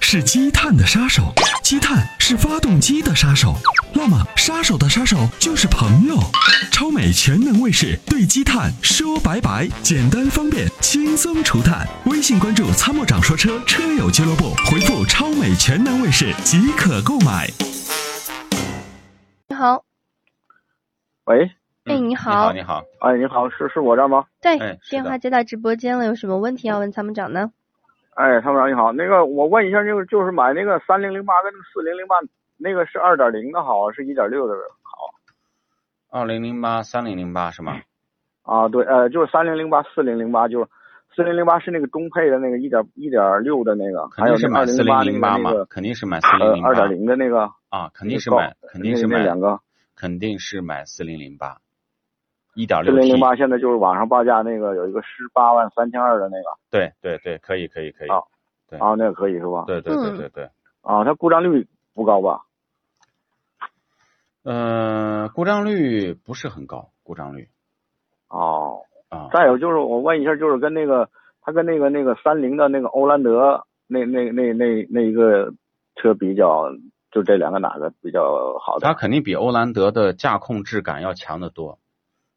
是积碳的杀手，积碳是发动机的杀手。那么，杀手的杀手就是朋友。超美全能卫士对积碳说拜拜，简单方便，轻松除碳。微信关注“参谋长说车”车友俱乐部，回复“超美全能卫士”即可购买。你好，喂，哎，嗯你你好，好，你好，哎，您好，是是我这儿吗？对，哎是电的话接到直播间了，有什么问题要问参谋长呢？哎，参谋长你好，那个我问一下，就是就是买那个三零零八跟那个四零零八，那个是二点零的好，啊是一点六的好二零零八三零零八是吗？啊？对，呃，就是三零零八、四零零八，就是四零零八是那个中配的那个一点一点六的那个，肯还有定是那买二零四零八那零个八嘛那，个肯定是买四零呃零二点八零的那个，啊，肯定是那个买，高肯定是那买那，两个肯定是买四零零八，一点四六零零 T，八，现在就是网上报价那个有一个十八万三千二的那个对对对，可以可以可以，啊对啊，那个可以是吧？对对嗯对对对，啊，它故障率不高吧？呃，故障率不是很高，故障率哦，啊，再有就是我问一下，就是跟那个他跟那个那个三菱的那个欧蓝德那那那那那一个车比较，就这两个哪个比较好它的？肯定比欧蓝德的驾控质感要强得多。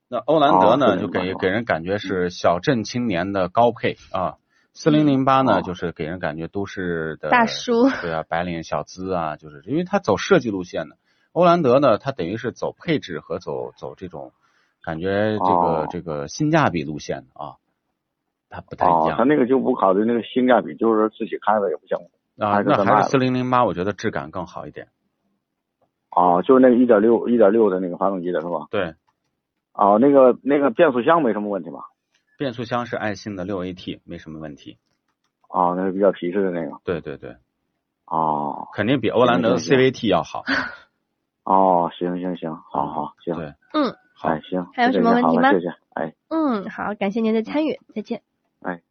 那欧蓝德哦呢， 408就给哦给人感觉是小镇青年的高配啊，四零零八哦呢，就是给人感觉都市的大叔，对啊，白领小资啊，就是因为它走设计路线的。欧蓝德呢，它等于是走配置和走走这种感觉这个、哦这个性价比路线的啊，它不太一哦，样他、那个就不考虑那个性价比，就是自己开的也不行。啊还。是那在还卖是四零零八，我觉得质感更好一点。哦，就是那个一点六一点六的那个发动机的是吧？对，哦，那个那个变速箱没什么问题吧？变速箱是爱信的六 AT，没什么问题。哦，那是比较皮实的那个。对对对，哦肯定比欧蓝德的嗯对 CVT 要好。哦，行行行，好好行，对，嗯，好哎，行，还有就什这么些问好题了吗谢谢，哎。嗯，好，感谢您的参与，再见。哎